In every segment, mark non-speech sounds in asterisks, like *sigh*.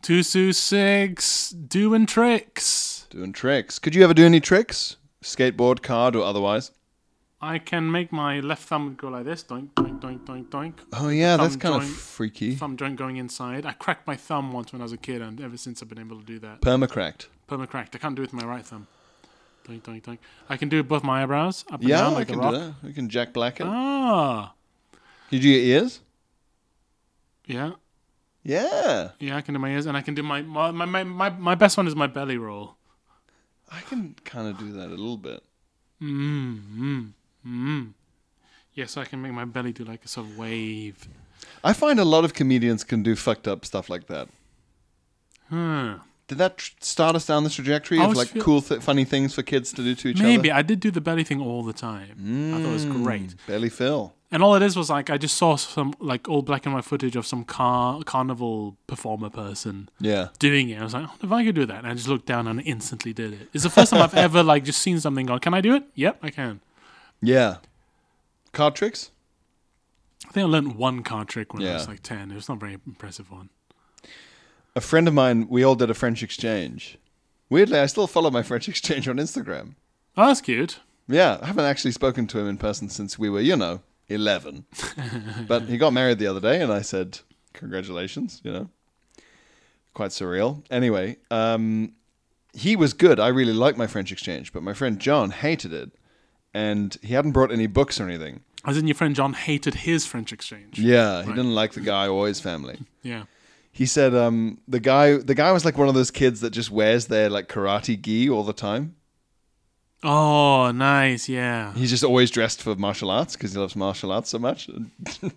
Tusu six doing tricks. doing tricks. Could you ever do any tricks? Skateboard, card, or otherwise? I can make my left thumb go like this, doink, doink, doink, doink, doink. Oh, yeah, that's Thumb kind of joint. freaky. Thumb joint going inside. I cracked my thumb once when I was a kid, and ever since I've been able to do that. Permacracked. Perma cracked. I can't do it with my right thumb. Doink, doink, doink. I can do it both my eyebrows, up and Yeah, down I like can a do rock. that. We can Jack Black it. Ah, Could you do your ears? yeah, Yeah. yeah. I can do my ears, and I can do my my my my, my, my best one is my belly roll. I can kind of do that a little bit. Yeah, so I can make my belly do like a sort of wave. I find a lot of comedians can do fucked up stuff like that. Huh. Did that tr- start us down this trajectory I of always like feel- cool, th- funny things for kids to do to each Oh, Maybe other? I did do the belly thing all the time. I thought it was great. Barely Phil. And all it is was like I just saw some like all black and white footage of some car carnival performer person Yeah. doing it. I was like, oh, if I could do that, and I just looked down and instantly did it. It's the *laughs* first time I've ever like just seen something gone. Can I do it? Yep, I can. Yeah. Card tricks? I think I learned one card trick when I was Yeah. like ten. It was not a very impressive one. A friend of mine, we all did a French exchange. Weirdly, I still follow my French *laughs* exchange on Instagram. Oh, that's cute. Yeah, I haven't actually spoken to him in person since we were, you know, 11. but he got married the other day, and I said, Congratulations, you know. Quite surreal. Anyway, um, he was good. I really liked my French exchange, but my friend John hated it, and he hadn't brought any books or anything. As in your friend John hated his French exchange. Yeah, he didn't like the guy or his family. Yeah. He said um, the guy the guy was like one of those kids that just wears their like karate gi all the time. Oh, nice. Yeah. He's just always dressed for martial arts because he loves martial arts so much. And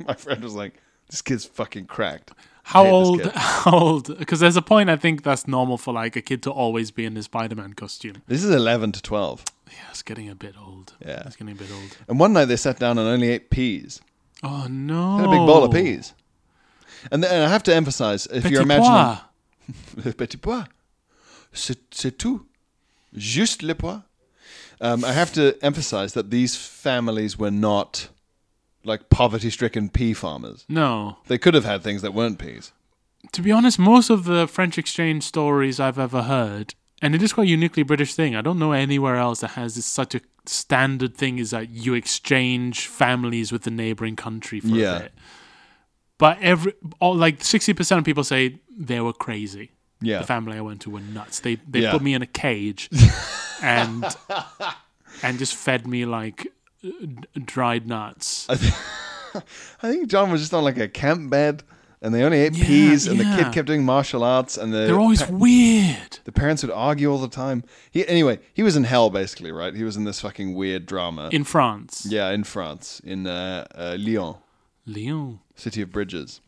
*laughs* my friend was like, "This kid's fucking cracked." How hate this old? *laughs* kid. How old? Because there's a point I think that's normal for like a kid to always be in his Spider-Man costume. This is eleven to twelve. Yeah, it's getting a bit old. Yeah. it's getting a bit old. And one night they sat down and only ate peas. Oh no! They had a big bowl of peas. And, then, and I have to emphasize, if Oh. Petit you're imagining pois. le petit pois, c'est, c'est tout, juste le pois. Um, I have to emphasize that these families were not like poverty-stricken pea farmers. No, They could have had things that weren't peas. to be honest, most of the French exchange stories I've ever heard, and it is quite a uniquely British thing. I don't know anywhere else that has this such a standard thing. Is that you exchange families with the neighboring country for Yeah. a bit. But every, all, like sixty percent of people say they were crazy. Yeah. the family I went to were nuts. They they Yeah. put me in a cage *laughs* and and just fed me like uh, d- dried nuts. I, th- I think John was just on like a camp bed, and they only ate peas, and the yeah. kid kept doing martial arts, and the They're always weird. the parents would argue all the time. He anyway, he was in hell basically, right? He was in this fucking weird drama. In France, yeah, in France, in uh, uh, Lyon, Lyon. city of bridges.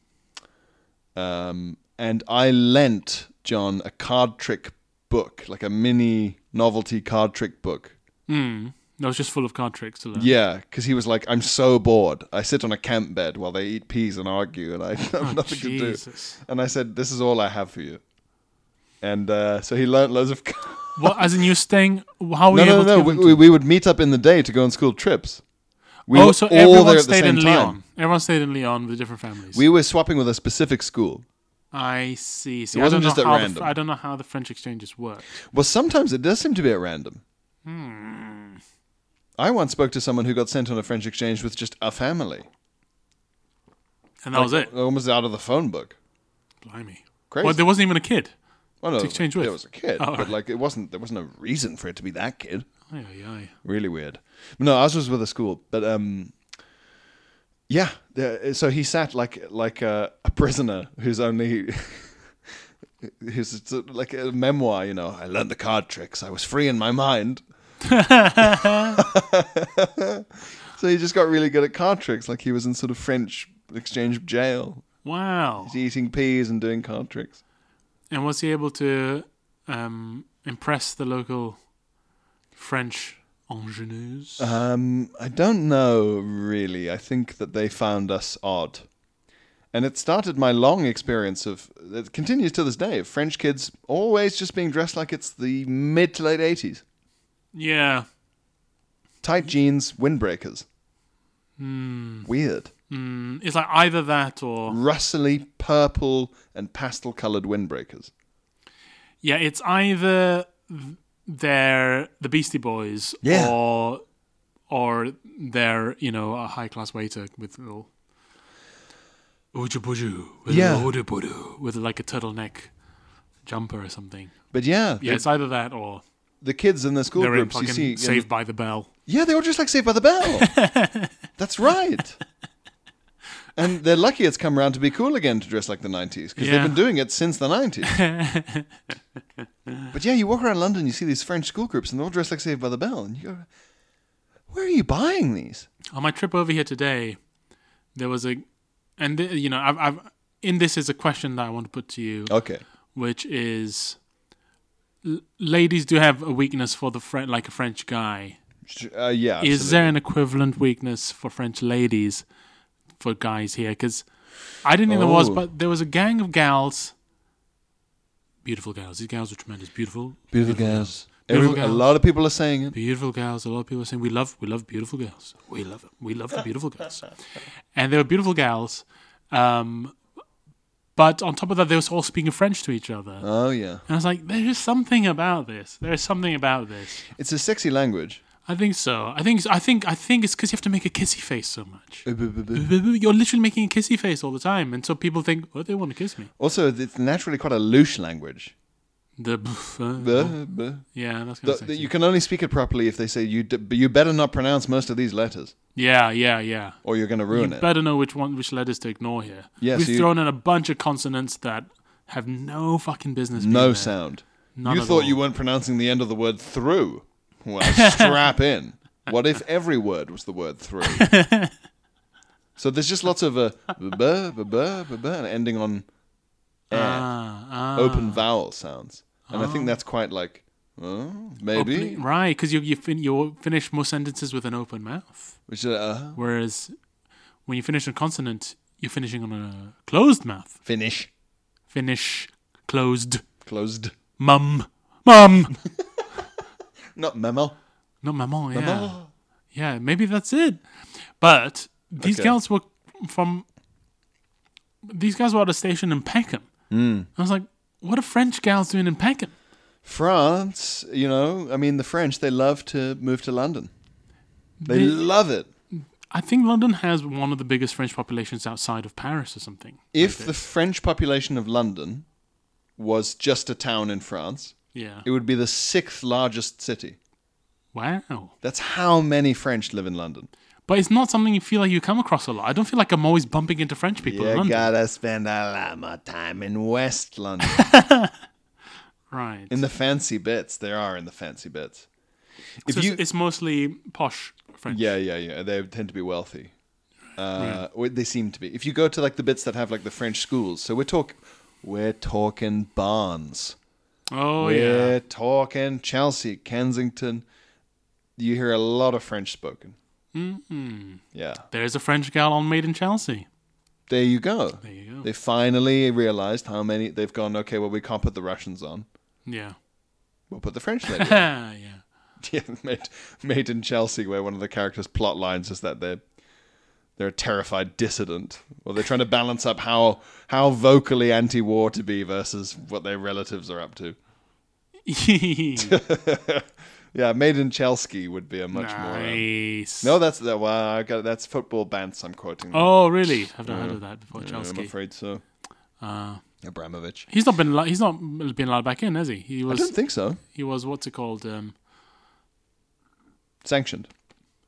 Um, and I lent John a card trick book, like a mini novelty card trick book. That was just full of card tricks to learn. Yeah, because he was like, "I'm so bored. I sit on a camp bed while they eat peas and argue, and I *laughs* have nothing to do." Oh, Jesus. And I said, "This is all I have for you." And uh, so he learnt loads of. *laughs* Well, as in you staying? How were no, you no, able no. to? give We, them to- we, we would meet up in the day to go on school trips. We oh, were so all everyone there at the stayed same in time. Lyon. Everyone stayed in Lyon with different families. We were swapping with a specific school. I see. see It wasn't I don't just know at how the- random. I don't know how the French exchanges work. Well, sometimes it does seem to be at random. Hmm. I once spoke to someone who got sent on a French exchange with just a family, uh, And that was it. almost out of the phone book. Blimey. Crazy. Well, there wasn't even a kid. Well, no, to exchange with? There was a kid, Oh, but right. like it wasn't. There was no reason for it to be that kid. Aye, aye, aye. Really weird. No, ours was with a school, but um, yeah. the- So he sat like like a, a prisoner who's only *laughs* who's it's like a memoir. You know, I learned the card tricks. I was free in my mind. So he just got really good at card tricks, like he was in sort of French exchange jail, Wow. eating peas and doing card tricks. And was he able to um, impress the local French ingenues? Um, I don't know really. I think that they found us odd, and it started my long experience of. It continues to this day of French kids always just being dressed like it's the mid to late eighties, yeah. tight jeans, windbreakers. Hmm. Weird, Mm, it's like either that or. rustly purple and pastel coloured windbreakers. Yeah, it's either th- they're the Beastie Boys Yeah. or or they're, you know, a high class waiter with little. Uju buju, with, a Yeah. little udu budu, with like a turtleneck jumper or something. But yeah, Yeah, the- it's either that or the kids in the school they're in groups you fucking see. in- Saved by the Bell. yeah, they were just like Saved by the Bell. *laughs* That's right. And they're lucky it's come around to be cool again to dress like the 90s because Yeah. they've been doing it since the *laughs* 90s. but yeah, you walk around London, you see these French school groups, and they're all dressed like Saved by the Bell. And you go, where are you buying these? on my trip over here today, there was a, and th- you know, I've, I've in this is a question that I want to put to you, Okay. which is, l- ladies do have a weakness for the French, like a French guy. Uh, yeah. Is there an equivalent weakness for French ladies for guys here? Because I didn't think there was, Oh. but there was a gang of gals, beautiful gals. These gals were tremendous, beautiful, Beautiful girls. Beautiful Every- A girls. lot of people are saying it. beautiful girls. A lot of people are saying we love we love beautiful girls. We love them. We love the beautiful girls, and they were beautiful girls. Um, but on top of that, they were all speaking French to each other. And Oh, yeah. I was like, there is something about this. There is something about this. It's a sexy language. I think so. I think I think I think it's because you have to make a kissy face so much. Uh, bu- bu- bu- You're literally making a kissy face all the time, and so people think, oh, they want to kiss me. Also, it's naturally quite a louche language. The *laughs* bff, uh, Bu- bu- yeah, that's kind The, of the, sexy. you can only speak it properly if they say you. D- but you better not pronounce most of these letters, yeah, yeah, yeah. or you're going to ruin you it. better know which one which letters to ignore here. Yeah, We've so you- thrown in a bunch of consonants that have no fucking business. being no there. sound. None you at thought you all. weren't pronouncing the end of the word through. *laughs* Well, strap in. What if every word was the word through? *laughs* so there's just lots of uh, bu- bu- bu- bu- bu- bu- and ending on air, Ah, ah. open vowel sounds, and I think that's quite like oh, maybe, Opening- right? Because you you fin- you finish most sentences with an open mouth, which is uh, whereas when you finish a consonant, you're finishing on a closed mouth. finish Finish closed. closed, Mum, *laughs* mum. not memo. Not maman. Yeah, yeah. Maybe that's it. But these Okay. girls were from. These guys were at a station in Peckham. Hmm. I was like, what are French gals doing in Peckham? France, you know, I mean, the French, they love to move to London. They, They- love it. I think London has one of the biggest French populations outside of Paris or something. If the French population of London was just a town in France, Yeah. it would be the sixth largest city. Wow. That's how many French live in London. But it's not something you feel like you come across a lot. I don't feel like I'm always bumping into French people in you London. gotta spend a lot more time in West London. Right. in the fancy bits, there are in the fancy bits. If so you, it's, it's mostly posh French. yeah, yeah, yeah, they tend to be wealthy. Uh, or They seem to be. If you go to like the bits that have like the French schools, so we're talk, we're talking Barnes. Oh, We're yeah. talking Chelsea, Kensington. You hear a lot of French spoken. Mm-hmm. mm Yeah. There's a French gal on Made in Chelsea. There you go. There you go. They finally realized how many they've gone, okay, well, we can't put the Russians on. Yeah. We'll put the French lady. on. *laughs* yeah. *laughs* yeah, made, made in Chelsea, where one of the characters' plot lines is that they're. They're a terrified dissident, or they're trying to balance up how how vocally anti-war to be versus what their relatives are up to. nice. Yeah, Made in Chelsea would be a much more um, No, that's that. Well, I got that's football bants. I'm quoting. now. Oh, really? I've not heard of that before. Yeah, I'm Chelsea. Uh, afraid so. Abramovich. He's not been allo- he's not been allowed back in, has he? He I was don't think so. he was what's it called? Um, Sanctioned.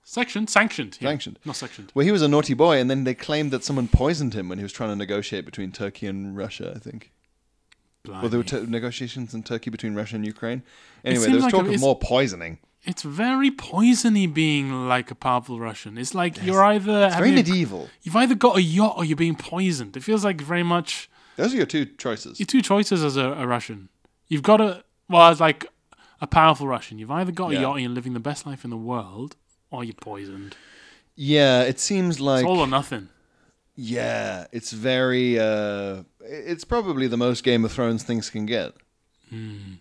sectioned, sanctioned, yeah. Sanctioned. not sectioned. Well, he was a naughty boy, and then they claimed that someone poisoned him when he was trying to negotiate between Turkey and Russia. I think. Well, there were Blimey. t- negotiations in Turkey between Russia and Ukraine. Anyway, seems there was like a- talk of it's- more poisoning. it's very poisony being like a powerful Russian. It's like you're either It's very having a- medieval. you've either got a yacht or you're being poisoned. It feels like very much Those are your two choices. your two choices as a, a Russian. You've got a well, as like a powerful Russian. You've either got Yeah. a yacht and you're living the best life in the world, or you're poisoned. Yeah, it seems like It's all or nothing. yeah, it's very. Uh, it's probably the most Game of Thrones things can get. Hmm.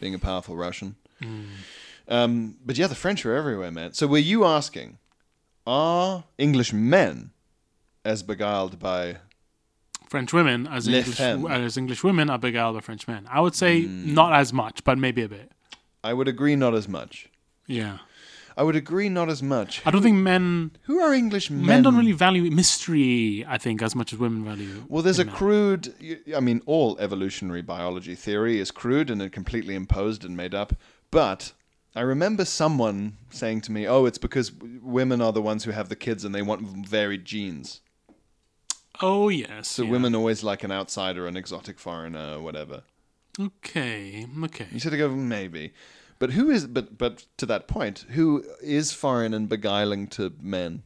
Being a powerful Russian. Um, but yeah, the French are everywhere, man. So were you asking, are English men as beguiled by? French women as Les English femmes. as English women are beguiled by French men. I would say Mm. not as much, but maybe a bit. I would agree, not as much. Yeah, I would agree, not as much. I don't think men Who are English men? men, don't really value mystery. I think as much as women value. Well, there's a crude, y- I mean, all evolutionary biology theory is crude and completely imposed and made up. But I remember someone saying to me, oh, it's because w- women are the ones who have the kids and they want varied genes. Oh yes, So yeah. women always like an outsider, an exotic foreigner, or whatever. Okay, okay. You sort of go, maybe. But who is, but, but to that point, who is foreign and beguiling to men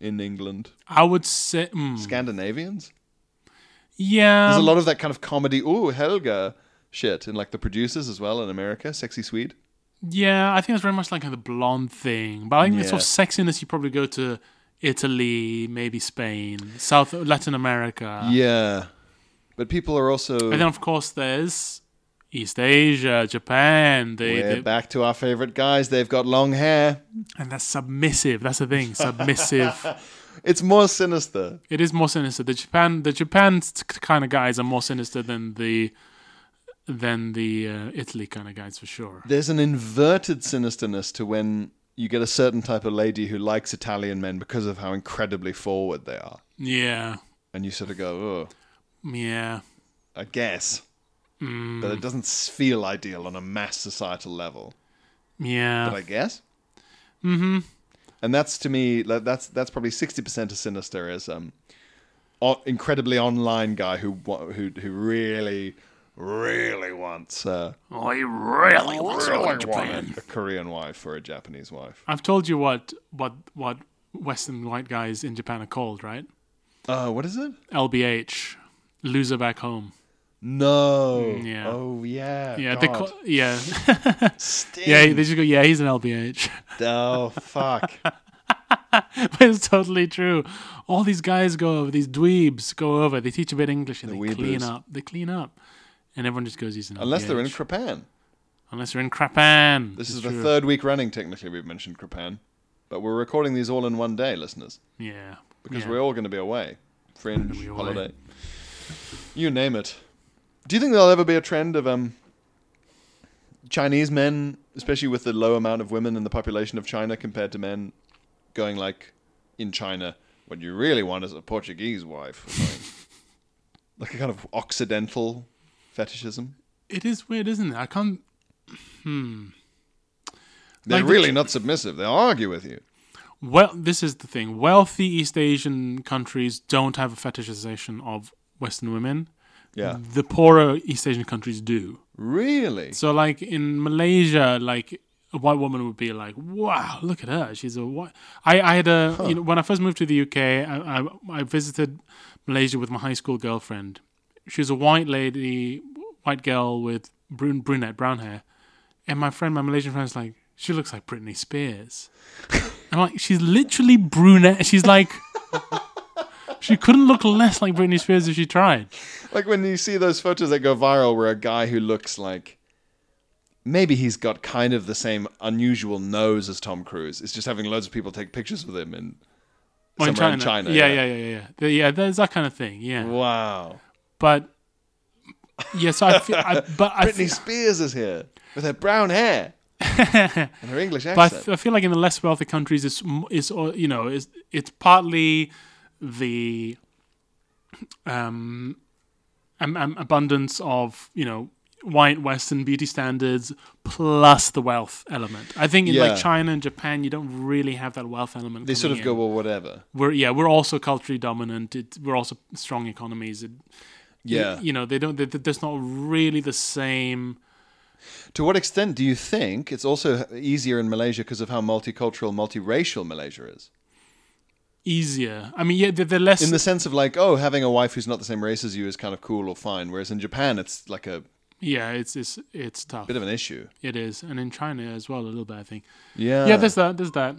in England? I would say, mm, Scandinavians? yeah, There's Um, a lot of that kind of comedy, ooh, Helga shit in like the producers as well in America, Sexy Swede. yeah. I think it's very much like the blonde thing, but I think the sort of Yeah. sexiness you probably go to Italy, maybe Spain, South Latin America. yeah. But people are also And then, of course, there's East Asia, Japan. They, We're they- back to our favorite guys. They've got long hair. and that's submissive. That's the thing, submissive. *laughs* It's more sinister. it is more sinister. The Japan, the Japan t- kind of guys are more sinister than the than the uh, Italy kind of guys for sure. There's an inverted sinisterness to when you get a certain type of lady who likes Italian men because of how incredibly forward they are. Yeah, And you sort of go, oh, yeah. I guess. But it doesn't s- feel ideal on a mass societal level. Yeah, but I guess. Mm-hmm. And that's to me like, that's that's probably sixty percent as sinister as um, o- incredibly online guy who wa- who who really really wants uh, I really want really want a Korean wife or a Japanese wife. I've told you what what what Western white guys in Japan are called, right? Uh, what is it? LBH, loser back home. No. Mm, yeah. Oh yeah. Yeah, they God. call, yeah, *laughs* Sting. yeah. They just go, yeah, he's an LBH. Oh fuck. *laughs* but it's totally true. All these guys go over, these dweebs go over. They teach a bit English and The they clean weebos. up. They clean up, and everyone just goes, he's an Unless they're in LBH." Krapan. unless they're in Crapan. This It's is the true. third week running. Technically, we've mentioned Krapan, but we're recording these all in one day, listeners. Yeah, because yeah. we're all going to be away. Fringe, be away. holiday. You name it. Do you think there'll ever be a trend of um, Chinese men, especially with the low amount of women in the population of China compared to men, going like, in China, what you really want is a Portuguese wife? or *laughs* something? like a kind of Occidental fetishism? It is weird, isn't it? I can't. They're Like the e really Ch- not submissive. They'll argue with you. Well, this is the thing. Wealthy East Asian countries don't have a fetishization of Western women. Yeah. The poorer East Asian countries do. Really? So, like in Malaysia, like a white woman would be like, "Wow, look at her! She's a white." I, I had a you know when I first moved to the UK, I, I I visited Malaysia with my high school girlfriend. She was a white lady, white girl with brun- brunette brown hair, and my friend, my Malaysian friend, was like, "She looks like Britney Spears." *laughs* I'm like, "She's literally brunette." She's like. *laughs* She couldn't look less like Britney Spears if she tried. Like when you see those photos that go viral where a guy who looks like maybe he's got kind of the same unusual nose as Tom Cruise is just having loads of people take pictures with him and Oh, in somewhere China. in China. yeah, yeah, yeah, yeah, yeah. There- Yeah, there's that kind of thing. Yeah. Wow. but yes, I feel. I, *laughs* but I, Britney fe- Spears is here with her brown hair and her English but I, accent. f- I feel like in the less wealthy countries, it's m- it's all- you know it's it's partly the um, um, abundance of you know white Western beauty standards plus the wealth element. I think in Yeah. like China and Japan, you don't really have that wealth element. they sort of coming go, in. well, whatever. We're yeah, we're also culturally dominant. It, we're also strong economies. It, Yeah. you know they don't. They, there's not really the same To what extent do you think it's also easier in Malaysia because of how multicultural, multiracial Malaysia is? Easier. I mean, yeah, they're, they're less. In the sense of like, oh, having a wife who's not the same race as you is kind of cool or fine, whereas in Japan it's like a yeah, it's it's it's tough. bit of an issue. It is, and in China as well, a little bit. I think. Yeah. yeah, there's that. There's that.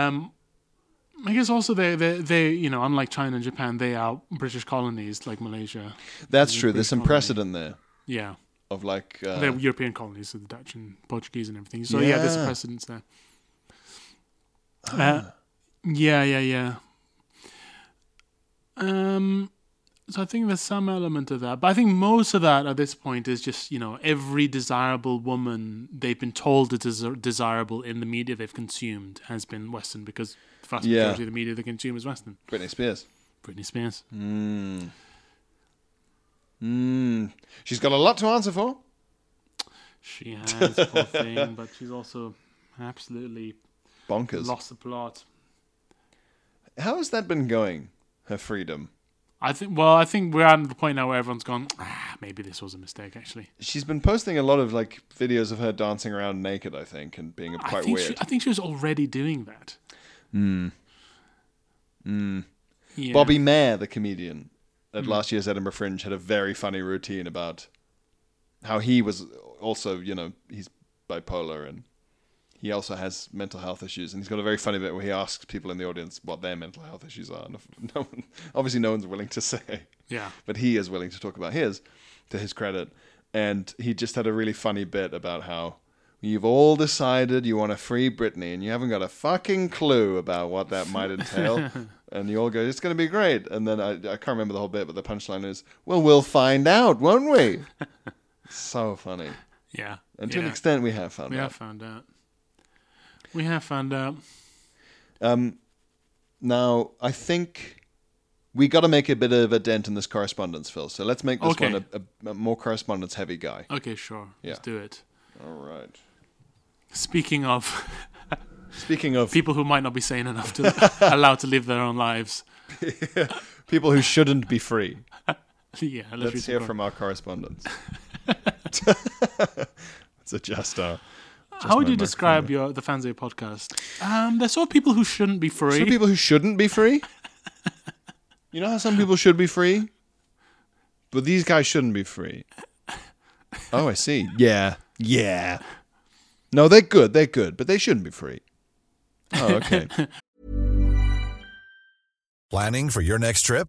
Um, I guess also they they they you know unlike China and Japan, they are British colonies like Malaysia. That's true. There's some British precedent there Yeah, of like uh, they're European colonies, so the Dutch and Portuguese and everything. So yeah, there's Yeah. precedence there. Uh, yeah, yeah, yeah. Um, so I think there's some element of that, but I think most of that at this point is just you know every desirable woman they've been told is desi- desirable in the media they've consumed has been Western because the vast Yeah. majority of the media they consume is Western. Britney Spears. Britney Spears. Mm. Mm. She's got a lot to answer for. She has poor thing, but she's also absolutely Bonkers. lost the plot. How has that been going? Her freedom. I think. Well, I think we're at the point now where everyone's gone. Ah, maybe this was a mistake. Actually, She's been posting a lot of like videos of her dancing around naked, I think, and being I quite think weird. She, I think she was already doing that. Hmm. Hmm. Bobby Mayer, the comedian at last year's Edinburgh Fringe, had a very funny routine about how he was also, you know, he's bipolar and he also has mental health issues. And he's got a very funny bit where he asks people in the audience what their mental health issues are. And *laughs* if- no one, obviously, no one's willing to say, Yeah. but he is willing to talk about his, to his credit. And he just had a really funny bit about how. You've all decided you want to free Britney, and you haven't got a fucking clue about what that might *laughs* entail. and you all go, "It's going to be great." And then I, I can't remember the whole bit, but the punchline is, "Well, we'll find out, won't *laughs* we?" so funny. Yeah. And to yeah. an extent, we have found we out. have found out. We have found out. Now, I think we got to make a bit of a dent in this correspondence, Phil. So let's make this Okay. one a, a, a more correspondence-heavy guy. Okay, sure. Let's Yeah. do it. All right. Speaking of *laughs* Speaking of people who might not be sane enough to *laughs* allowed to live their own lives. *laughs* people who shouldn't be free, Yeah. Let's, read let's the hear quote. from our correspondents. It's a just our. How would my you describe your the fans of your podcast? Um, they're sort of people who shouldn't be free. Some people who shouldn't be free. You know how some people should be free? But these guys shouldn't be free. Oh, I see. Yeah. Yeah. No, they're good. They're good, but they shouldn't be free. Oh, okay. Planning for your next trip?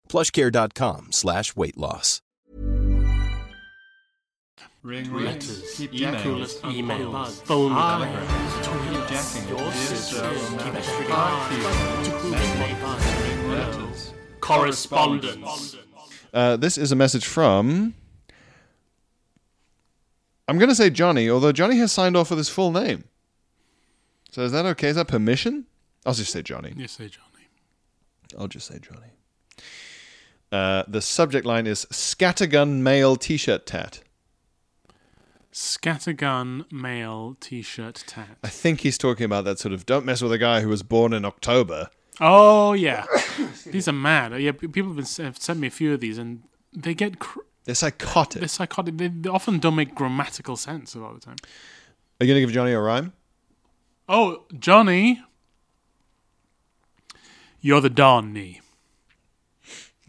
Plushcare.com slash weight loss. *laughs* Ring letters, keep emails, coolest emails, emails, phone telegrams, tweet jacking, your sister, chemistry parties, ring letters, correspondence. Uh, this is a message from. I'm going to say Johnny, although Johnny has signed off with his full name. So is that okay? Is that permission? I'll just say Johnny. You say, Johnny. I'll just say Johnny. Uh, the subject line is Scattergun Male T shirt tat. Scattergun male T-shirt tat. I think he's talking about that sort of don't mess with a guy who was born in October. Oh yeah, these are mad. Yeah, p- people have, been, s- have sent me a few of these, and they get cr- They're psychotic. they're psychotic. They, they often don't make grammatical sense a lot of the time. Are you going to give Johnny a rhyme? Oh, Johnny, you're the Donny.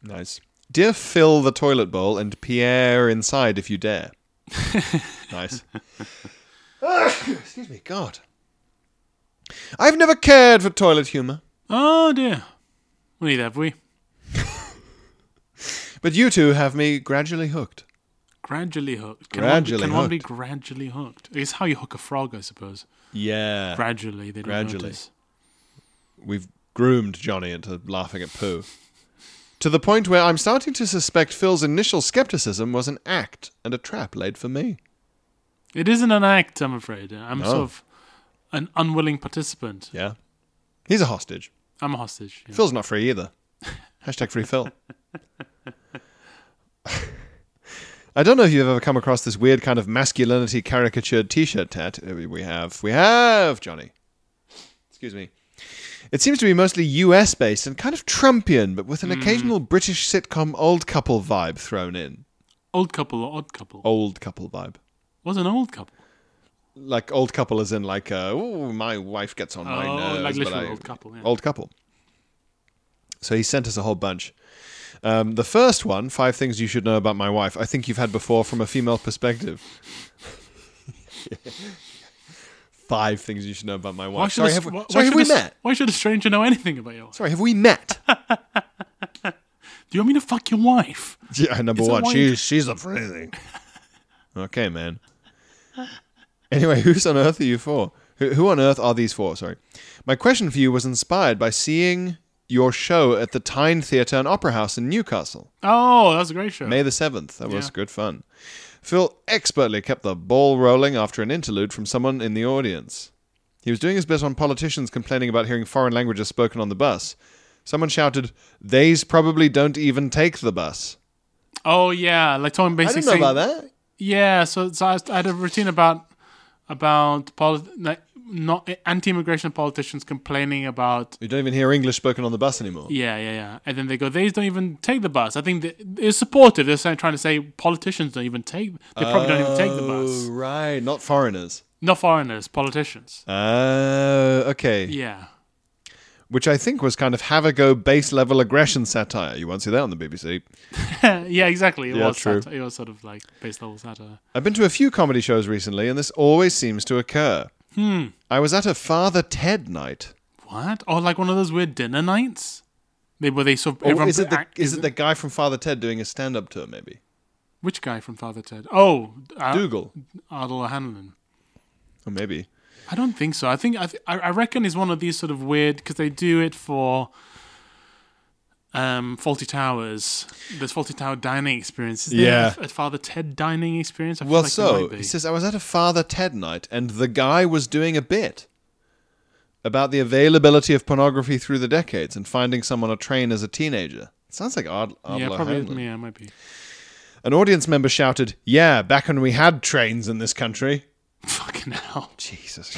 Nice. Dear Phil the toilet bowl and Pierre inside if you dare. nice. Excuse me, God. I've never cared for toilet humor, Oh dear. We need have we? but you two have me gradually hooked. Gradually hooked. Can Gradually one, can one be hooked. gradually hooked? It's how you hook a frog, I suppose. Yeah. Gradually, they don't Uh, Gradually. notice. We've groomed Johnny into laughing at poo. To the point where I'm starting to suspect Phil's initial skepticism was an act and a trap laid for me. It isn't an act, I'm afraid. I'm No. sort of an unwilling participant. Yeah. He's a hostage. I'm a hostage. yeah. Phil's not free either. Hashtag free Phil. *laughs* I don't know if you've ever come across this weird kind of masculinity caricatured T-shirt tat. Uh, We we have, we have, Johnny. Excuse me. It seems to be mostly U.S. based and kind of Trumpian, but with an occasional British sitcom old couple vibe thrown in. Old couple or odd couple? Old couple vibe, What's an old couple? like old couple as in like, uh, oh, my wife gets on my Oh, nerves. like but literal I- old couple, yeah. Old couple. So he sent us a whole bunch. Um, the first one, five things you should know about my wife. I think you've had before from a female perspective. *laughs* five things you should know about my wife. Sorry, a- have we, why- sorry, why have should we a- met? Why should a stranger know anything about you? Sorry, have we met? Do you want me to fuck your wife? yeah, uh, number It's a one. wine- She's she's up for anything. okay, man. Anyway, *laughs* who's on earth are you for? Who, who on earth are these for? Sorry. My question for you was inspired by seeing your show at the Tyne Theatre and Opera House in Newcastle. Oh, that's a great show. May the 7th. That was Yeah. good fun. Phil expertly kept the ball rolling after an interlude from someone in the audience. He was doing his bit on politicians complaining about hearing foreign languages spoken on the bus. Someone shouted, They's probably don't even take the bus. Oh yeah, like Tom I basically didn't know saying- about that. Yeah, so, so I, I had a routine about about polit- like, not anti-immigration politicians complaining about You don't even hear English spoken on the bus anymore. yeah, yeah, yeah, and then they go they don't even take the bus. I think they, it's supportive. They're saying, trying to say politicians don't even take they probably don't even take the Oh, bus. right. Not foreigners. Not foreigners, politicians. Oh, okay. Yeah, *laughs* Which I think was kind of have a go base level aggression satire. You won't see that on the BBC. yeah, exactly. It Yeah, was true. Satire. It was sort of like base level satire. I've been to a few comedy shows recently, and this always seems to occur. Hmm. I was at a Father Ted night. What? Or like one of those weird dinner nights? They where they sort of Or Oh, everyone is it the, act- is it the guy from Father Ted doing a stand-up tour? Maybe which guy from Father Ted? Oh, uh, Dougal, Ardal O'Hanlon. or maybe I don't think so. I think I th- I I reckon it's one of these sort of weird because they do it for um faulty towers. There's faulty tower dining experience. Is there Yeah. a, a Father Ted dining experience. I feel Well, like there so might be. he says I was at a Father Ted night, and the guy was doing a bit about the availability of pornography through the decades and finding some on a train as a teenager. sounds like Ard- Ardla yeah, probably Hamlin. yeah, it might be. *laughs* An audience member shouted, "Yeah, back when we had trains in this country." Fucking *laughs* hell, Jesus,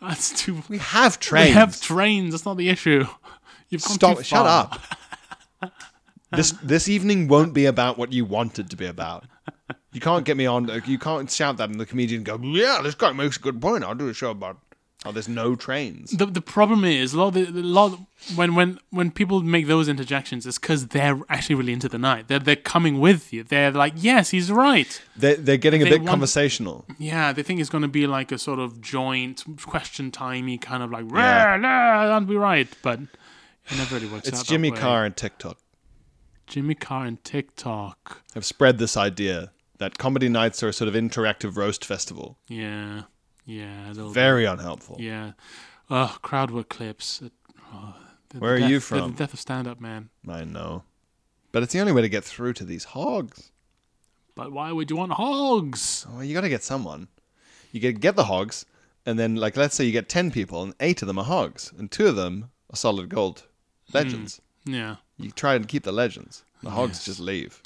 that's too. we have trains. We have trains. That's not the issue. *laughs* You've gone Stop! Too Shut far. up. this this evening won't be about what you wanted to be about. You can't get me on. You can't shout that, and the comedian go, "Yeah, this guy makes a good point. I'll do a show about how there's no trains." The, the problem is a lot of the, the lot of- when when when people make those interjections it's because they're actually really into the night they're they're coming with you they're like yes he's right They're, they're getting a They bit want- conversational. yeah they think it's going to be like a sort of joint question timey kind of like Yeah. yeah nah, that'd be right but it never really works out It's that Jimmy way. Carr and TikTok Jimmy Carr and TikTok have spread this idea that comedy nights are a sort of interactive roast festival. yeah yeah a little bit. Very unhelpful. yeah oh crowd work clips Oh, the- the Where are death- you the- from? the death of stand up man I know, but it's the only way to get through to these hogs. but why would you want hogs Well, you got to get someone. You get get the hogs, and then like let's say you get ten people, and eight of them are hogs, and two of them are solid gold legends. yeah You try and keep the legends. The hogs just leave.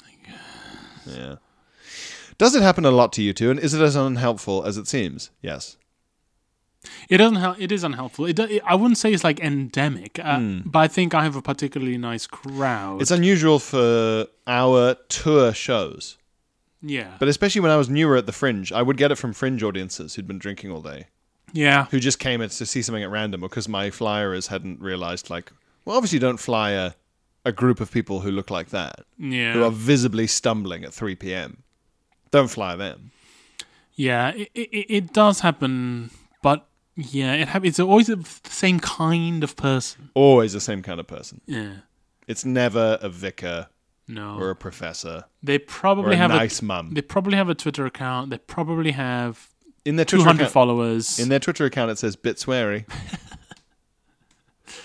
Yeah. Does it happen a lot to you two, and is it as unhelpful as it seems? Yes. It doesn't. Hel- it is unhelpful. It, do- it- I wouldn't say it's like endemic, uh, but I think I have a particularly nice crowd. Hmm. It's unusual for our tour shows, yeah, but especially when I was newer at the Fringe, I would get it from Fringe audiences who'd been drinking all day. yeah, who just came to see something at random because my flyers hadn't realized like well obviously you don't fly a, a group of people who look like that who are yeah, visibly stumbling at 3 p.m don't fly them Yeah, it, it, it does happen, but yeah, it hap- it's always the same kind of person. Always the same kind of person. Yeah, It's never a vicar no, or a professor. they or probably a have nice mum. They probably have a Twitter account. They probably have In their two Twitter hundred account, followers. in their Twitter account, it says bit sweary. *laughs*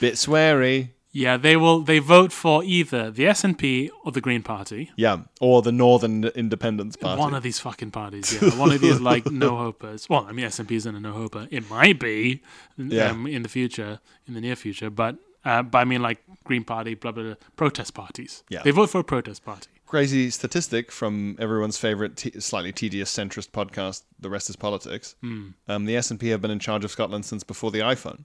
bit sweary. yeah, they will. They vote for either the S and P or the Green Party. Yeah, or the Northern Independence Party. One of these *laughs* fucking parties, yeah. One of these like no hopers. Well, I mean, S and P isn't a no hoper. It might be, Yeah. um, in the future, in the near future. But, uh, but I mean, like Green Party, blah blah, blah protest parties. Yeah. they vote for a protest party. Crazy statistic from everyone's favorite, te- slightly tedious centrist podcast, "The Rest Is Politics." Hmm. Um, the S and P have been in charge of Scotland since before the iPhone.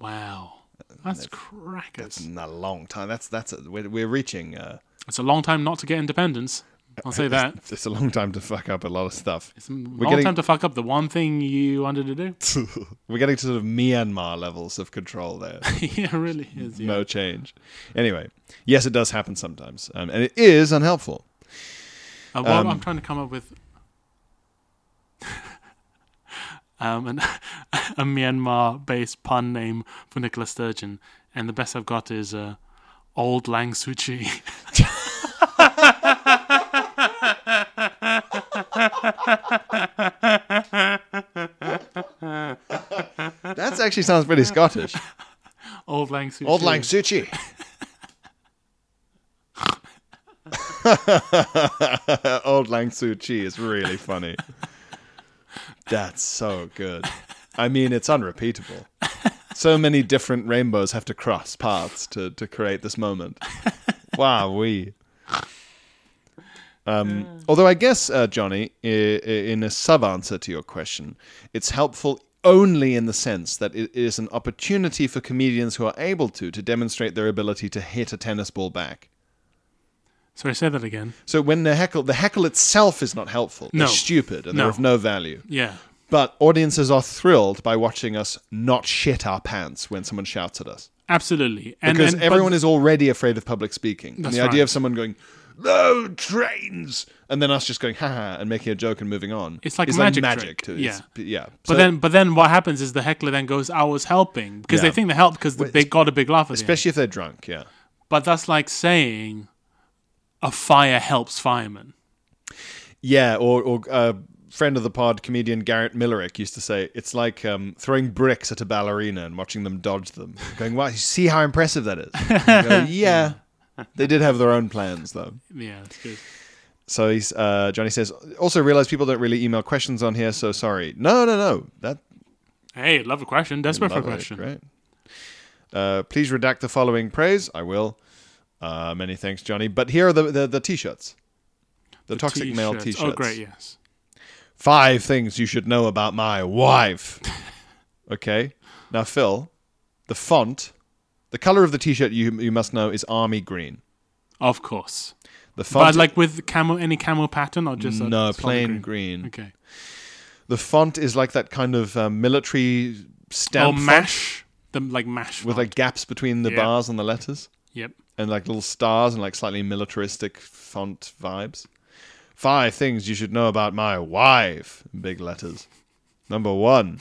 Wow, that's crackers. It's not a long time. That's that's a, we're, we're reaching. Uh, It's a long time not to get independence. I'll say that. *laughs* It's, it's a *laughs* long time to fuck up a lot of stuff. It's a long we're getting time to fuck up the one thing you wanted *laughs* to do. *laughs* we're getting to sort of Myanmar levels of control there. *laughs* yeah, it really is. Yeah. no change. Anyway, yes, it does happen sometimes, um, and it is unhelpful. Uh, well, I'm trying to come up with *laughs* um, an, *laughs* a Myanmar-based pun name for Nicola Sturgeon, and the best I've got is uh, "Old Lang *laughs* Suchi." That actually sounds pretty Scottish. Old Lang Suchi. Old Lang Suchi. *laughs* Old Lang Suchi is really funny. That's so good. I mean, it's unrepeatable. So many different rainbows have to cross paths to, to create this moment. Wow, we. Um, although I guess uh, Johnny, i- i- in a sub answer to your question, it's helpful only in the sense that it is an opportunity for comedians who are able to to demonstrate their ability to hit a tennis ball back. Sorry, say that again. So when the heckle, the heckle itself is not helpful. No. They're stupid and No. they're of no value. Yeah, But audiences are thrilled by watching us not shit our pants when someone shouts at us absolutely. And, because and- but- everyone is already afraid of public speaking. And That's the idea right. of someone going, "No trains," and then us just going, "Ha ha," and making a joke and moving on. It's like is magic magic trick. to it's- yeah. So- But then, but then, what happens is the heckler then goes, "I was helping," because Yeah. they think they helped because they got a big laugh. At the end. especially if they're drunk, yeah. but that's like saying, "A fire helps firemen." Yeah, or or uh, friend of the pod comedian Garrett Millerick used to say it's like um, throwing bricks at a ballerina and watching them dodge them, *laughs* going, "Wow, you see how impressive that is." You *laughs* go, yeah, they did have their own plans though. Yeah, that's good. So he's uh, Johnny says. Also, realize people don't really email questions on here, so sorry. No, no, no. That Hey, love a question. Desperate for a Lovely, question. Great. Uh, please redact the following praise. I will. Uh, many thanks, Johnny. But here are the the, the t-shirts. The, toxic male T-shirts. t-shirts. Oh, great. Yes. Five things you should know about my *laughs* wife. okay. Now, Phil, the font, the color of the t-shirt you you must know is army green. Of course. The font, But like with camo, any camo pattern or just a no, solid plain green. Okay. The font is like that kind of uh, military stamp Or font Oh, mash. The like mash. with font. like gaps between the Yeah. bars and the letters. Yep. and like little stars and like slightly militaristic font vibes. Five things you should know about my wife, in big letters. Number one,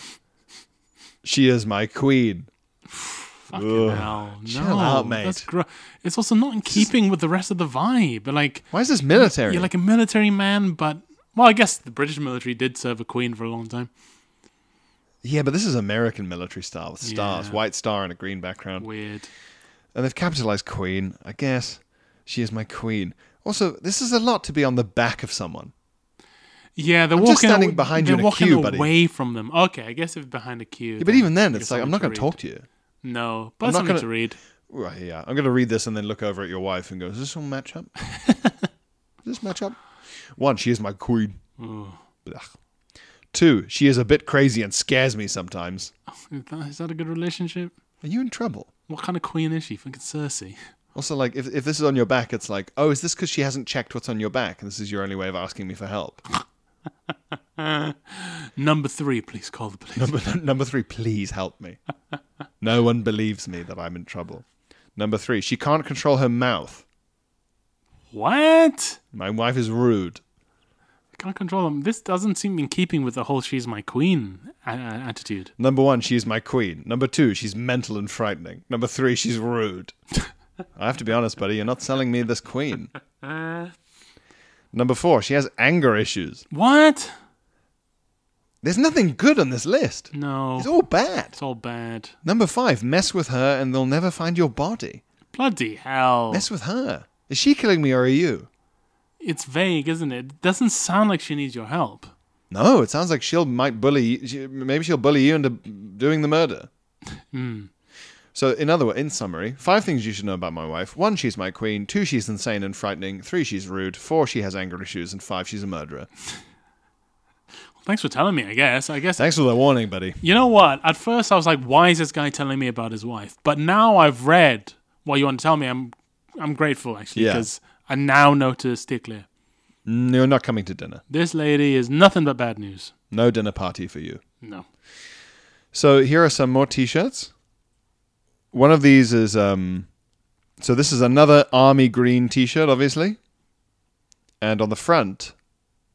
she is my queen. Fucking hell. No, chill out, mate. That's gr- it's also not in keeping with the rest of the vibe. But like, Why is this military? you're like a military man, but well, I guess the British military did serve a queen for a long time. yeah, but this is American military style with stars, Yeah. white star and a green background. Weird. And they've capitalized queen, I guess. She is my queen. Also, this is a lot to be on the back of someone. Yeah, they're I'm walking. just standing aw- behind you they're in a walking queue, away buddy. from them. Okay, I guess if behind a queue. Yeah, but even then, you it's got like, I'm not something going to talk read. to you. No, but I'm not something gonna- to read. Well, yeah, I'm going to read this and then look over at your wife and go, does this all match up? does this match up? One, she is my queen. Blech. Two, she is a bit crazy and scares me sometimes. Is that- is that a good relationship? Are you in trouble? What kind of queen is she? Fucking Cersei. *laughs* Also, like, if, if this is on your back, it's like, oh, is this because she hasn't checked what's on your back and this is your only way of asking me for help? *laughs* Number three, please call the police. Number, number three, please help me. No one believes me that I'm in trouble. Number three, she can't control her mouth. what? My wife is rude. can't control them. This doesn't seem in keeping with the whole "she's my queen" a- a- attitude. Number one, she's my queen. Number two, she's mental and frightening. Number three, she's rude. I have to be honest, buddy, you're not selling me this queen. Number four, she has anger issues. What? There's nothing good on this list. No, It's all bad. it's all bad. Number five, mess with her and they'll never find your body. Bloody hell! Mess with her. Is she killing me or are you? It's vague, isn't it? it? Doesn't sound like she needs your help. No, it sounds like she'll might bully. She, maybe she'll bully you into doing the murder. So, in other words, in summary, five things you should know about my wife: one, she's my queen; two, she's insane and frightening; three, she's rude; four, she has anger issues; and five, she's a murderer. Thanks for telling me. I guess. I guess. Thanks for the warning, buddy. You know what? At first, I was like, "Why is this guy telling me about his wife?" But now I've read what you want to tell me. I'm, I'm grateful actually Yeah. because I now know to steer clear. Mm, You're not coming to dinner. This lady is nothing but bad news. No dinner party for you. No. So here are some more T-shirts. One of these is um, so this is another army green T-shirt, obviously, and on the front,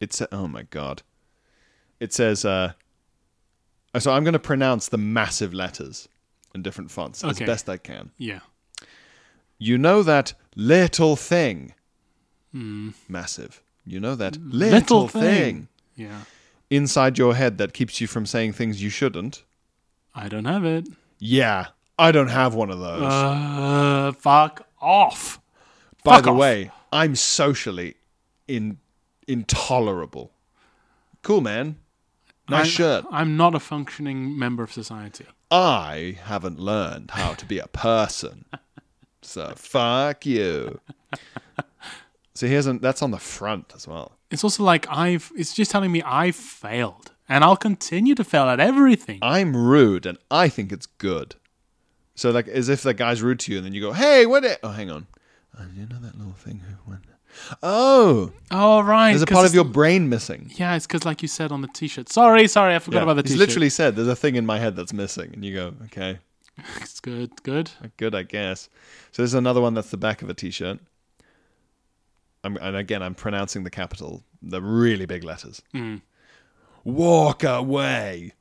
it says, "Oh my god," it says. Uh, so I'm going to pronounce the massive letters in different fonts Okay. as best I can. Yeah. You know that little thing, massive. You know that little, Hmm. thing. thing Yeah. inside your head that keeps you from saying things you shouldn't. I don't have it. Yeah, I don't have one of those. Uh, fuck off. By Fuck the off. way, I'm socially in intolerable. Cool, man. Nice I'm- shirt. I'm not a functioning member of society. I haven't learned how to be a *laughs* person, so fuck you. So here's an, that's on the front as well. It's also like I've. It's just telling me I failed, and I'll continue to fail at everything. I'm rude, and I think it's good. So like, as if that guy's rude to you, and then you go, "Hey, what?" It? Oh, hang on. Oh, you know that little thing who went. Oh, oh, right. there's a 'cause part it's- of your brain missing. Yeah, it's because, like you said on the T-shirt. Sorry, sorry, I forgot about the He's T-shirt. literally said, "There's a thing in my head that's missing," and you go, "Okay, *laughs* It's good, good. good, I guess." So there's another one that's the back of a t-shirt. I'm, and again, I'm pronouncing the capital, the really big letters. Mm. Walk away.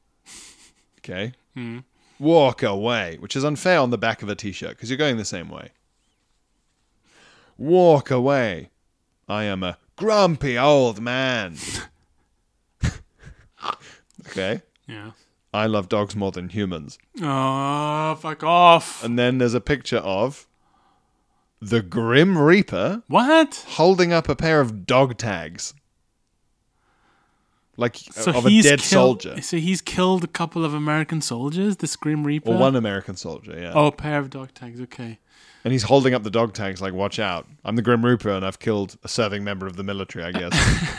Okay. Mm. Walk away, which is unfair on the back of a t-shirt because you're going the same way. Walk away. I am a grumpy old *laughs* man. okay. Yeah. I love dogs more than humans. Oh, fuck off. And then there's a picture of the Grim Reaper what? holding up a pair of dog tags. Like Uh, of a he's dead killed, soldier. So he's killed a couple of American soldiers. The Scream Reaper. Or one American soldier, yeah. Oh, a pair of dog tags. Okay. And he's holding up the dog tags like, watch out. I'm the Grim Reaper and I've killed a serving member of the military, I guess.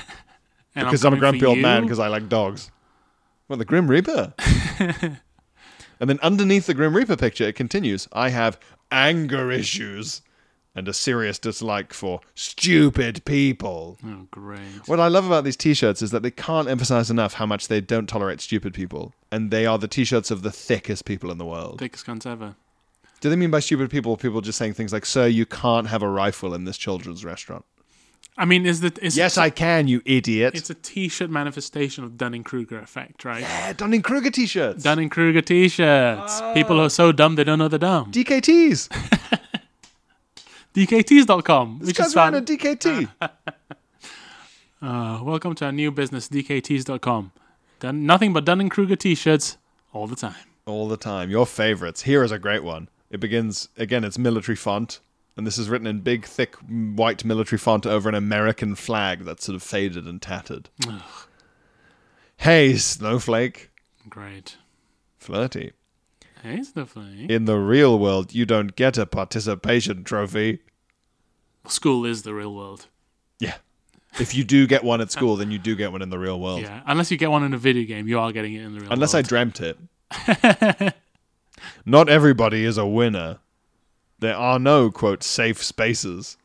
And because I'm, a grumpy coming for old man you? because I like dogs. Well, the Grim Reaper. *laughs* and then underneath the Grim Reaper picture, it continues I have anger issues and a serious dislike for stupid people. Oh, great. What I love about these t-shirts is that they can't emphasize enough how much they don't tolerate stupid people, and they are the t-shirts of the thickest people in the world. Thickest cunts ever. Do they mean by stupid people people just saying things like, "Sir, you can't have a rifle in this children's restaurant." I mean, is the is Yes, I can, you idiot. It's a T-shirt manifestation of Dunning Kruger effect, right? yeah, Dunning Kruger t-shirts, Dunning Kruger T-shirts. People are so dumb they don't know they're dumb. DKTs. DKTs.com. This Which guy's is wearing a fun. DKT. Uh, welcome to our new business, DKTs.com. Done nothing but Dunning Kruger T-shirts all the time. *laughs* all the time. Your favorites. Here is a great one. It begins again. It's military font, and this is written in big, thick m- white military font over an American flag that's sort of faded and tattered. Hey, snowflake, Great. flirty. Hey, Snowflake. In the real world, you don't get a participation trophy. School is the real world. Yeah. If you do get one at school, then you do get one in the real world. Yeah, unless you get one in a video game, you are getting it in the real Unless I world. dreamt it. *laughs* Not everybody is a winner. There are no, quote, safe spaces.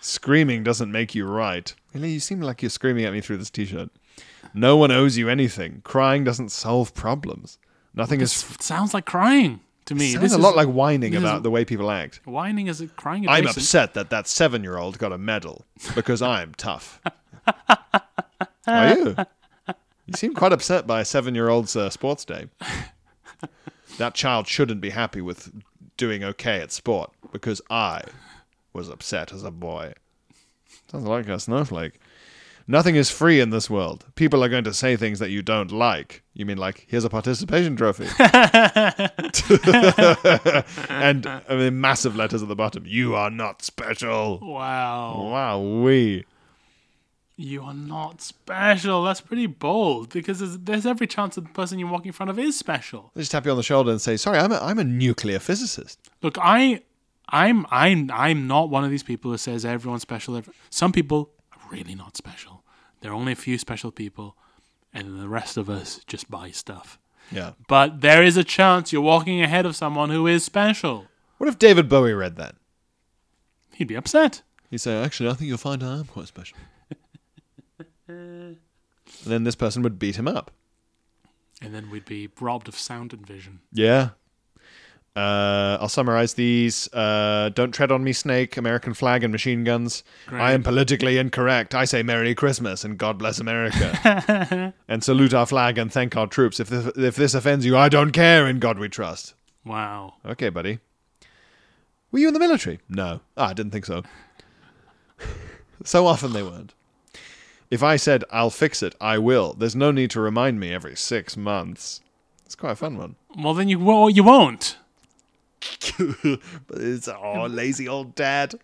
Screaming doesn't make you right. Really, you seem like you're screaming at me through this t shirt. No one owes you anything. Crying doesn't solve problems. Nothing is. It sounds like crying to me. sounds this a is- lot like whining this is- about the way people act. whining is it crying. I'm adjacent? upset that that seven year old got a medal because I'm tough. Are you? You seem quite upset by a seven year old's uh, sports day. That child shouldn't be happy with doing okay at sport because I was upset as a boy. Sounds like a snowflake. Nothing is free in this world. People are going to say things that you don't like. You mean like, here's a participation trophy. and I mean, massive letters at the bottom. You are not special. Wow. Wow, we. You are not special. That's pretty bold because there's, there's every chance that the person you walk in front of is special. They just tap you on the shoulder and say, "Sorry, I'm a, I'm a nuclear physicist." Look, I, I'm, I'm, I'm not one of these people who says everyone's special. Every- Some people are really not special. There are only a few special people, and the rest of us just buy stuff. Yeah. But there is a chance you're walking ahead of someone who is special. What if David Bowie read that? He'd be upset. He'd say, "Actually, I think you'll find I am quite special." and then this person would beat him up. And then we'd be robbed of sound and vision. Yeah. Uh, I'll summarize these. Uh, Don't tread on me, snake. American flag and machine guns. I am politically incorrect. I say Merry Christmas and God bless America. and salute our flag and thank our troops. If this, if this offends you, I don't care. In God we trust. Wow. Okay, buddy. Were you in the military? No. Ah, I didn't think so. *laughs* so often they weren't. If I said, I'll fix it, I will, there's no need to remind me every six months. It's quite a fun one. Well, then you well, you won't. but it's, oh, lazy old dad.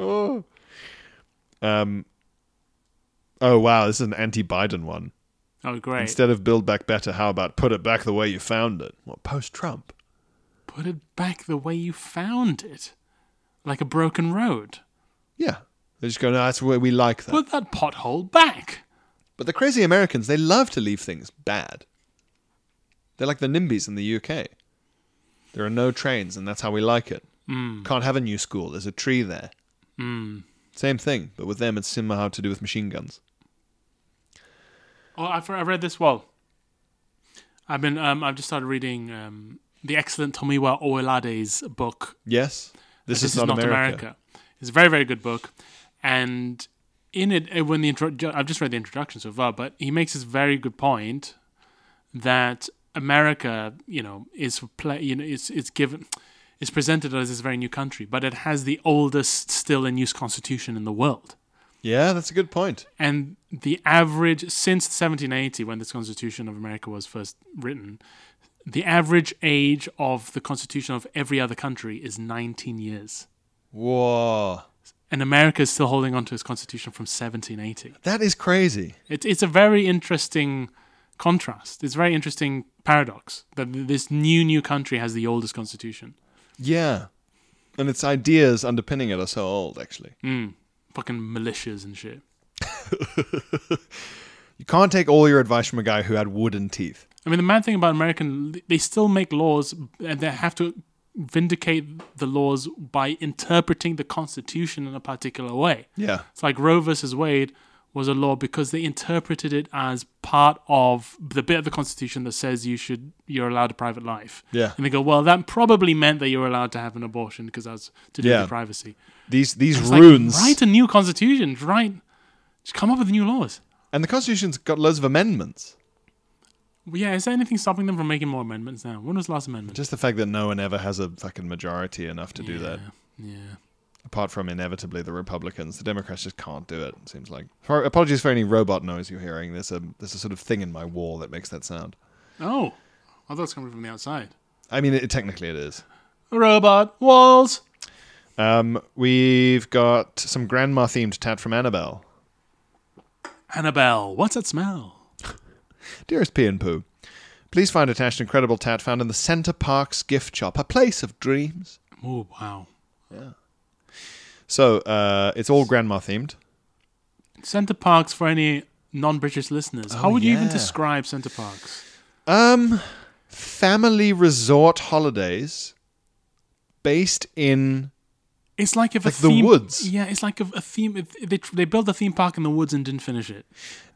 Oh. Um, oh, wow, this is an anti Biden one. Oh, great. Instead of build back better, how about put it back the way you found it? What, post Trump? Put it back the way you found it, like a broken road. Yeah. They just go, no, that's the way we like that. Put that pothole back. But the crazy Americans, they love to leave things bad. They're like the NIMBYs in the UK. There are no trains, and that's how we like it. Mm. Can't have a new school. There's a tree there. Hmm. Same thing, but with them, it's somehow to do with machine guns. Oh, I've, I've read this well. I've been um, I've just started reading um, the excellent Tomiwa Oelade's book. Yes, this, is, not, America. It's a very very good book, and in it uh, when the intro- ju- I've just read the introduction so far, but he makes this very good point that America, you know, is play you know is is given. is presented as this very new country, but it has the oldest still in use constitution in the world. Yeah, that's a good point. And the average since 1780, when this Constitution of America was first written, the average age of the Constitution of every other country is 19 years. Whoa, And America is still holding on to its Constitution from 1780. that is crazy. It, it's a very interesting contrast. It's a very interesting paradox that th- this new, new country has the oldest Constitution. Yeah, and its ideas underpinning it are so old. Actually, Fucking militias and shit. you can't take all your advice from a guy who had wooden teeth. I mean, the mad thing about American, they still make laws and they have to vindicate the laws by interpreting the Constitution in a particular way. Yeah, It's like Roe versus Wade was a law because they interpreted it as part of the bit of the Constitution that says you should you're allowed a private life. Yeah. and they go, well, that probably meant that you were allowed to have an abortion because that's to do Yeah. with privacy. these these It's runes. Like, write a new Constitution. Write, just come up with new laws. And the Constitution's got loads of amendments. Well, yeah, is there anything stopping them from making more amendments now? When was the last amendment? Just the fact that no one ever has a fucking majority enough to do that, yeah. apart from inevitably the Republicans, the Democrats just can't do it. It seems like. For, apologies for any robot noise you're hearing. There's a there's a sort of thing in my wall that makes that sound. Oh, I thought it was coming from the outside. I mean, it, technically it is. Robot walls. Um, we've got some grandma themed tat from Annabelle. Annabelle, what's that smell? Dearest Pee and Poo, please find attached incredible tat found in the Centre Park's gift shop, a place of dreams. Oh wow. So uh, it's all grandma themed. Centre parks for any non-British listeners. How would you even Oh, yeah. describe centre parks? Um, family resort holidays based in It's like if Like a the theme, woods. Yeah, it's like if a theme. If they they build a theme park in the woods and didn't finish it.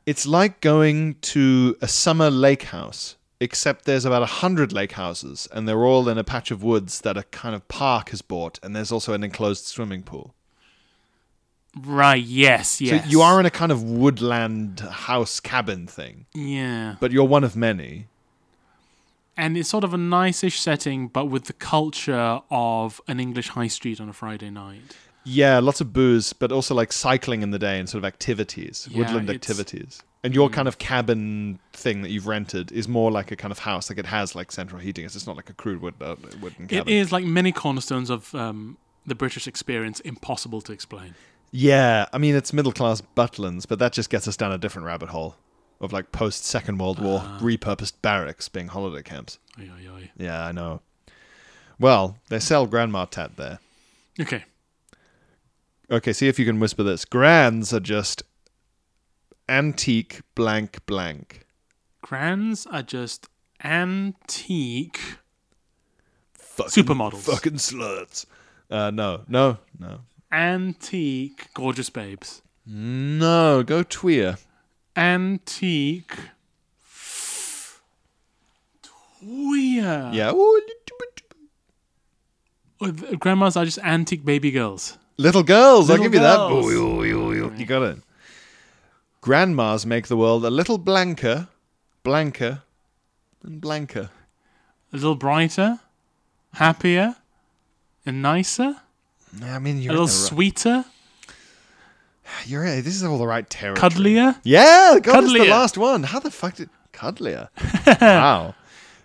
it's like going to a summer lake house except there's about a hundred lake houses and they're all in a patch of woods that a kind of park has bought and there's also an enclosed swimming pool Right. Yes. Yes. So you are in a kind of woodland house cabin thing, Yeah. but you're one of many. and it's sort of a nice-ish setting, but with the culture of an English high street on a Friday night. Yeah, lots of booze, but also like cycling in the day and sort of activities, Yeah, woodland it's- Hmm. activities. And your kind of cabin thing that you've rented is more like a kind of house. Like it has like central heating. It's just not like a crude wood, uh, wooden cabin. It is like many cornerstones of um, the British experience, impossible to explain. Yeah, I mean it's middle class Butlins, but that just gets us down a different rabbit hole of like post Second World War repurposed barracks being holiday camps. Oi, oi, oi. Yeah, I know. Well, they sell Grandma Tat there. Okay. Okay, see if you can whisper this. Grands are just antique blank blank. Grands are just antique. Fucking Supermodels. Fucking sluts. Uh, no, no, no. Antique gorgeous babes. No, go Tweer. Antique. Toya. Yeah. Ooh, Oh, th- Grandmas are just antique baby girls. Little girls, I'll Little give you that. girls. Ooh, ooh, ooh, ooh. You got it. Grandmas make the world a little blanker, blanker, and blanker. A little brighter, happier, and nicer. I mean, a you're, in little the ri- sweeter, you're in- this is all the right territory. cuddlier. Yeah, God, it's the Cuddlier. last one. How the fuck did *laughs* cuddlier? wow.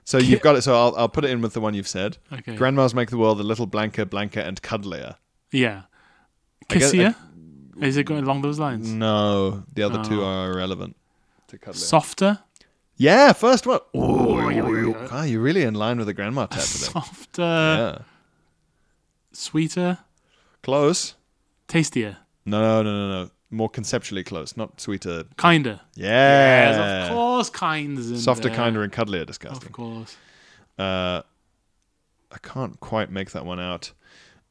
So you've got it. So I'll, I'll put it in with the one you've said. Okay. Grandmas make the world a little blanker, blanker, and cuddlier. Yeah. guess- uh, Kissier. Is it going along those lines? No, the other two are irrelevant. To cuddlier. Softer. yeah, first one. Ooh, wow, you're really in line with the grandma tab *laughs* today. Softer. Yeah, Sweeter. close. Tastier. No, no, no, no, no. More conceptually close, not sweeter. Kinder. Yeah. Yes, of course, kinds. In Softer, there. kinder, and cuddlier. Of Disgusting. course. Uh, I can't quite make that one out.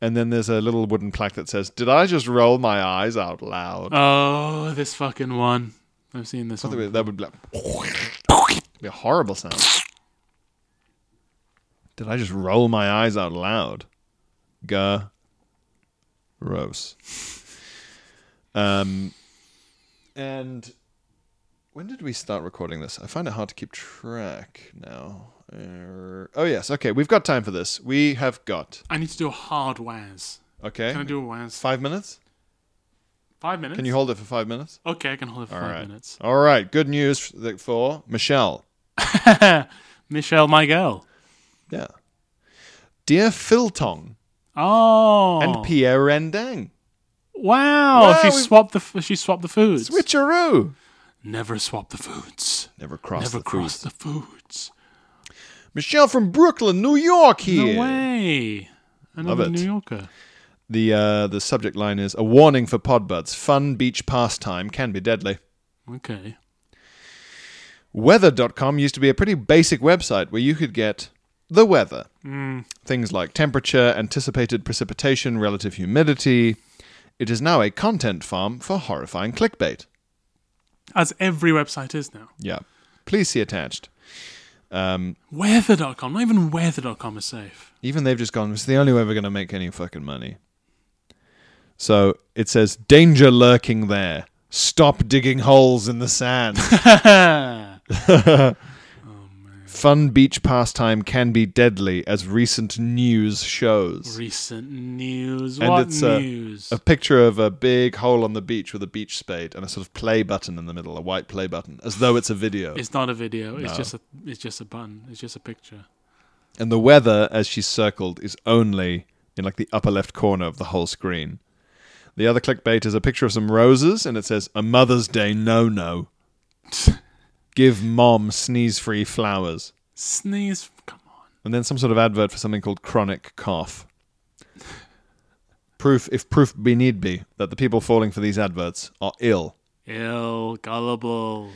And then there's a little wooden plaque that says, "Did I just roll my eyes out loud?" Oh, this fucking one. I've seen this Something one. with- that would be, like- be a horrible sound. Did I just roll my eyes out loud? Gross. Um, and when did we start recording this? I find it hard to keep track now. Uh, oh yes, okay, we've got time for this. We have got I need to do a hard waz. okay. Can I do a waz? five minutes? Five minutes. Can you hold it for five minutes? Okay, I can hold it for All five right. minutes. All right. Good news for- for Michelle. Michelle, my girl. Yeah. Dear Philtong Oh. and Pierre Rendang. Wow. Wow, she we- swapped the. f- She swapped the foods. Switcheroo. Never swap the foods. Never cross Never the cross foods. the foods. Michelle from Brooklyn, New York here. No way. Another it. New Yorker. The uh, the subject line is a warning for podbuds. Fun beach pastime can be deadly. Okay. Weather.com used to be a pretty basic website where you could get the weather. Hmm. Things like temperature, anticipated precipitation, relative humidity. It is now a content farm for horrifying clickbait. As every website is now. Yeah. Please see attached. Um, Weather.com. Not even weather.com is safe. even they've just gone, it's the only way we're going to make any fucking money. So it says, danger lurking there. Stop digging holes in the sand. *laughs* Fun beach pastime can be deadly, as recent news shows. Recent news. And what it's, uh, news? A picture of a big hole on the beach with a beach spade and a sort of play button in the middle, a white play button, as though it's a video. it's not a video. It's just a. It's just a button. It's just a picture. and the weather as she's circled is only in like the upper left corner of the whole screen. The other clickbait is a picture of some roses and it says a Mother's Day no no. *laughs* Give mom sneeze free flowers. Sneeze. Come on. And then some sort of advert for something called chronic cough. Proof if proof be need be that the people falling for these adverts are ill. Ill. Gullible.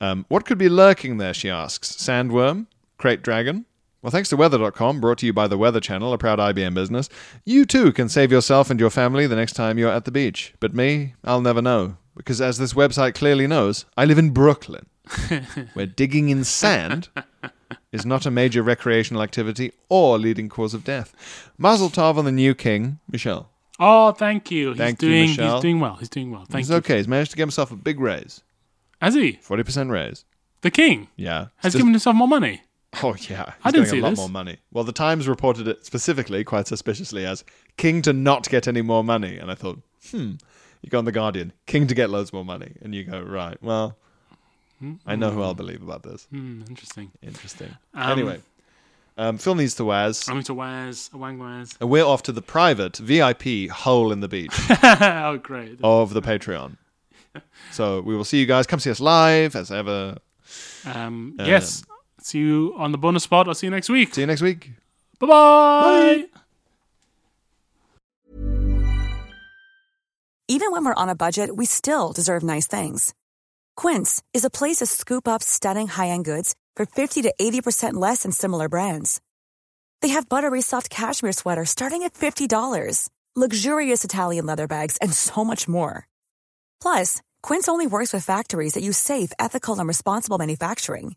Um, what could be lurking there, she asks. Sandworm? Crate dragon? Well, thanks to weather.com, brought to you by the Weather Channel, a proud IBM business, you too can save yourself and your family the next time you're at the beach. But me, I'll never know. Because as this website clearly knows, I live in Brooklyn, *laughs* where digging in sand is not a major recreational activity or leading cause of death. Mazel tov on the new king, Michelle. Oh, thank you. He's Thank you, doing Michelle. he's doing well. He's doing well. Thank He's you. okay. He's managed to get himself a big raise. Has he? 40% raise. The king Yeah. has It's just- given himself more money. *laughs* Oh yeah, he's I didn't getting see a lot this. more money. Well, the Times reported it specifically, quite suspiciously, as King to not get any more money, and I thought, hmm. You go on the Guardian, King to get loads more money, and you go right. Well, I know who I'll believe about this. Hmm, interesting. Interesting. anyway, um, Phil needs to wears, I'm going to Waz, Wang Waz. and we're off to the private VIP hole in the beach. *laughs* oh, great. of the Patreon. So we will see you guys. Come see us live as ever. Um, yes. See you on the bonus spot. I'll see you next week. See you next week. Bye-bye. bye Even when we're on a budget, we still deserve nice things. Quince is a place to scoop up stunning high end goods for 50 to 80% less than similar brands. They have buttery soft cashmere sweaters starting at $50, luxurious Italian leather bags, and so much more. Plus, Quince only works with factories that use safe, ethical, and responsible manufacturing.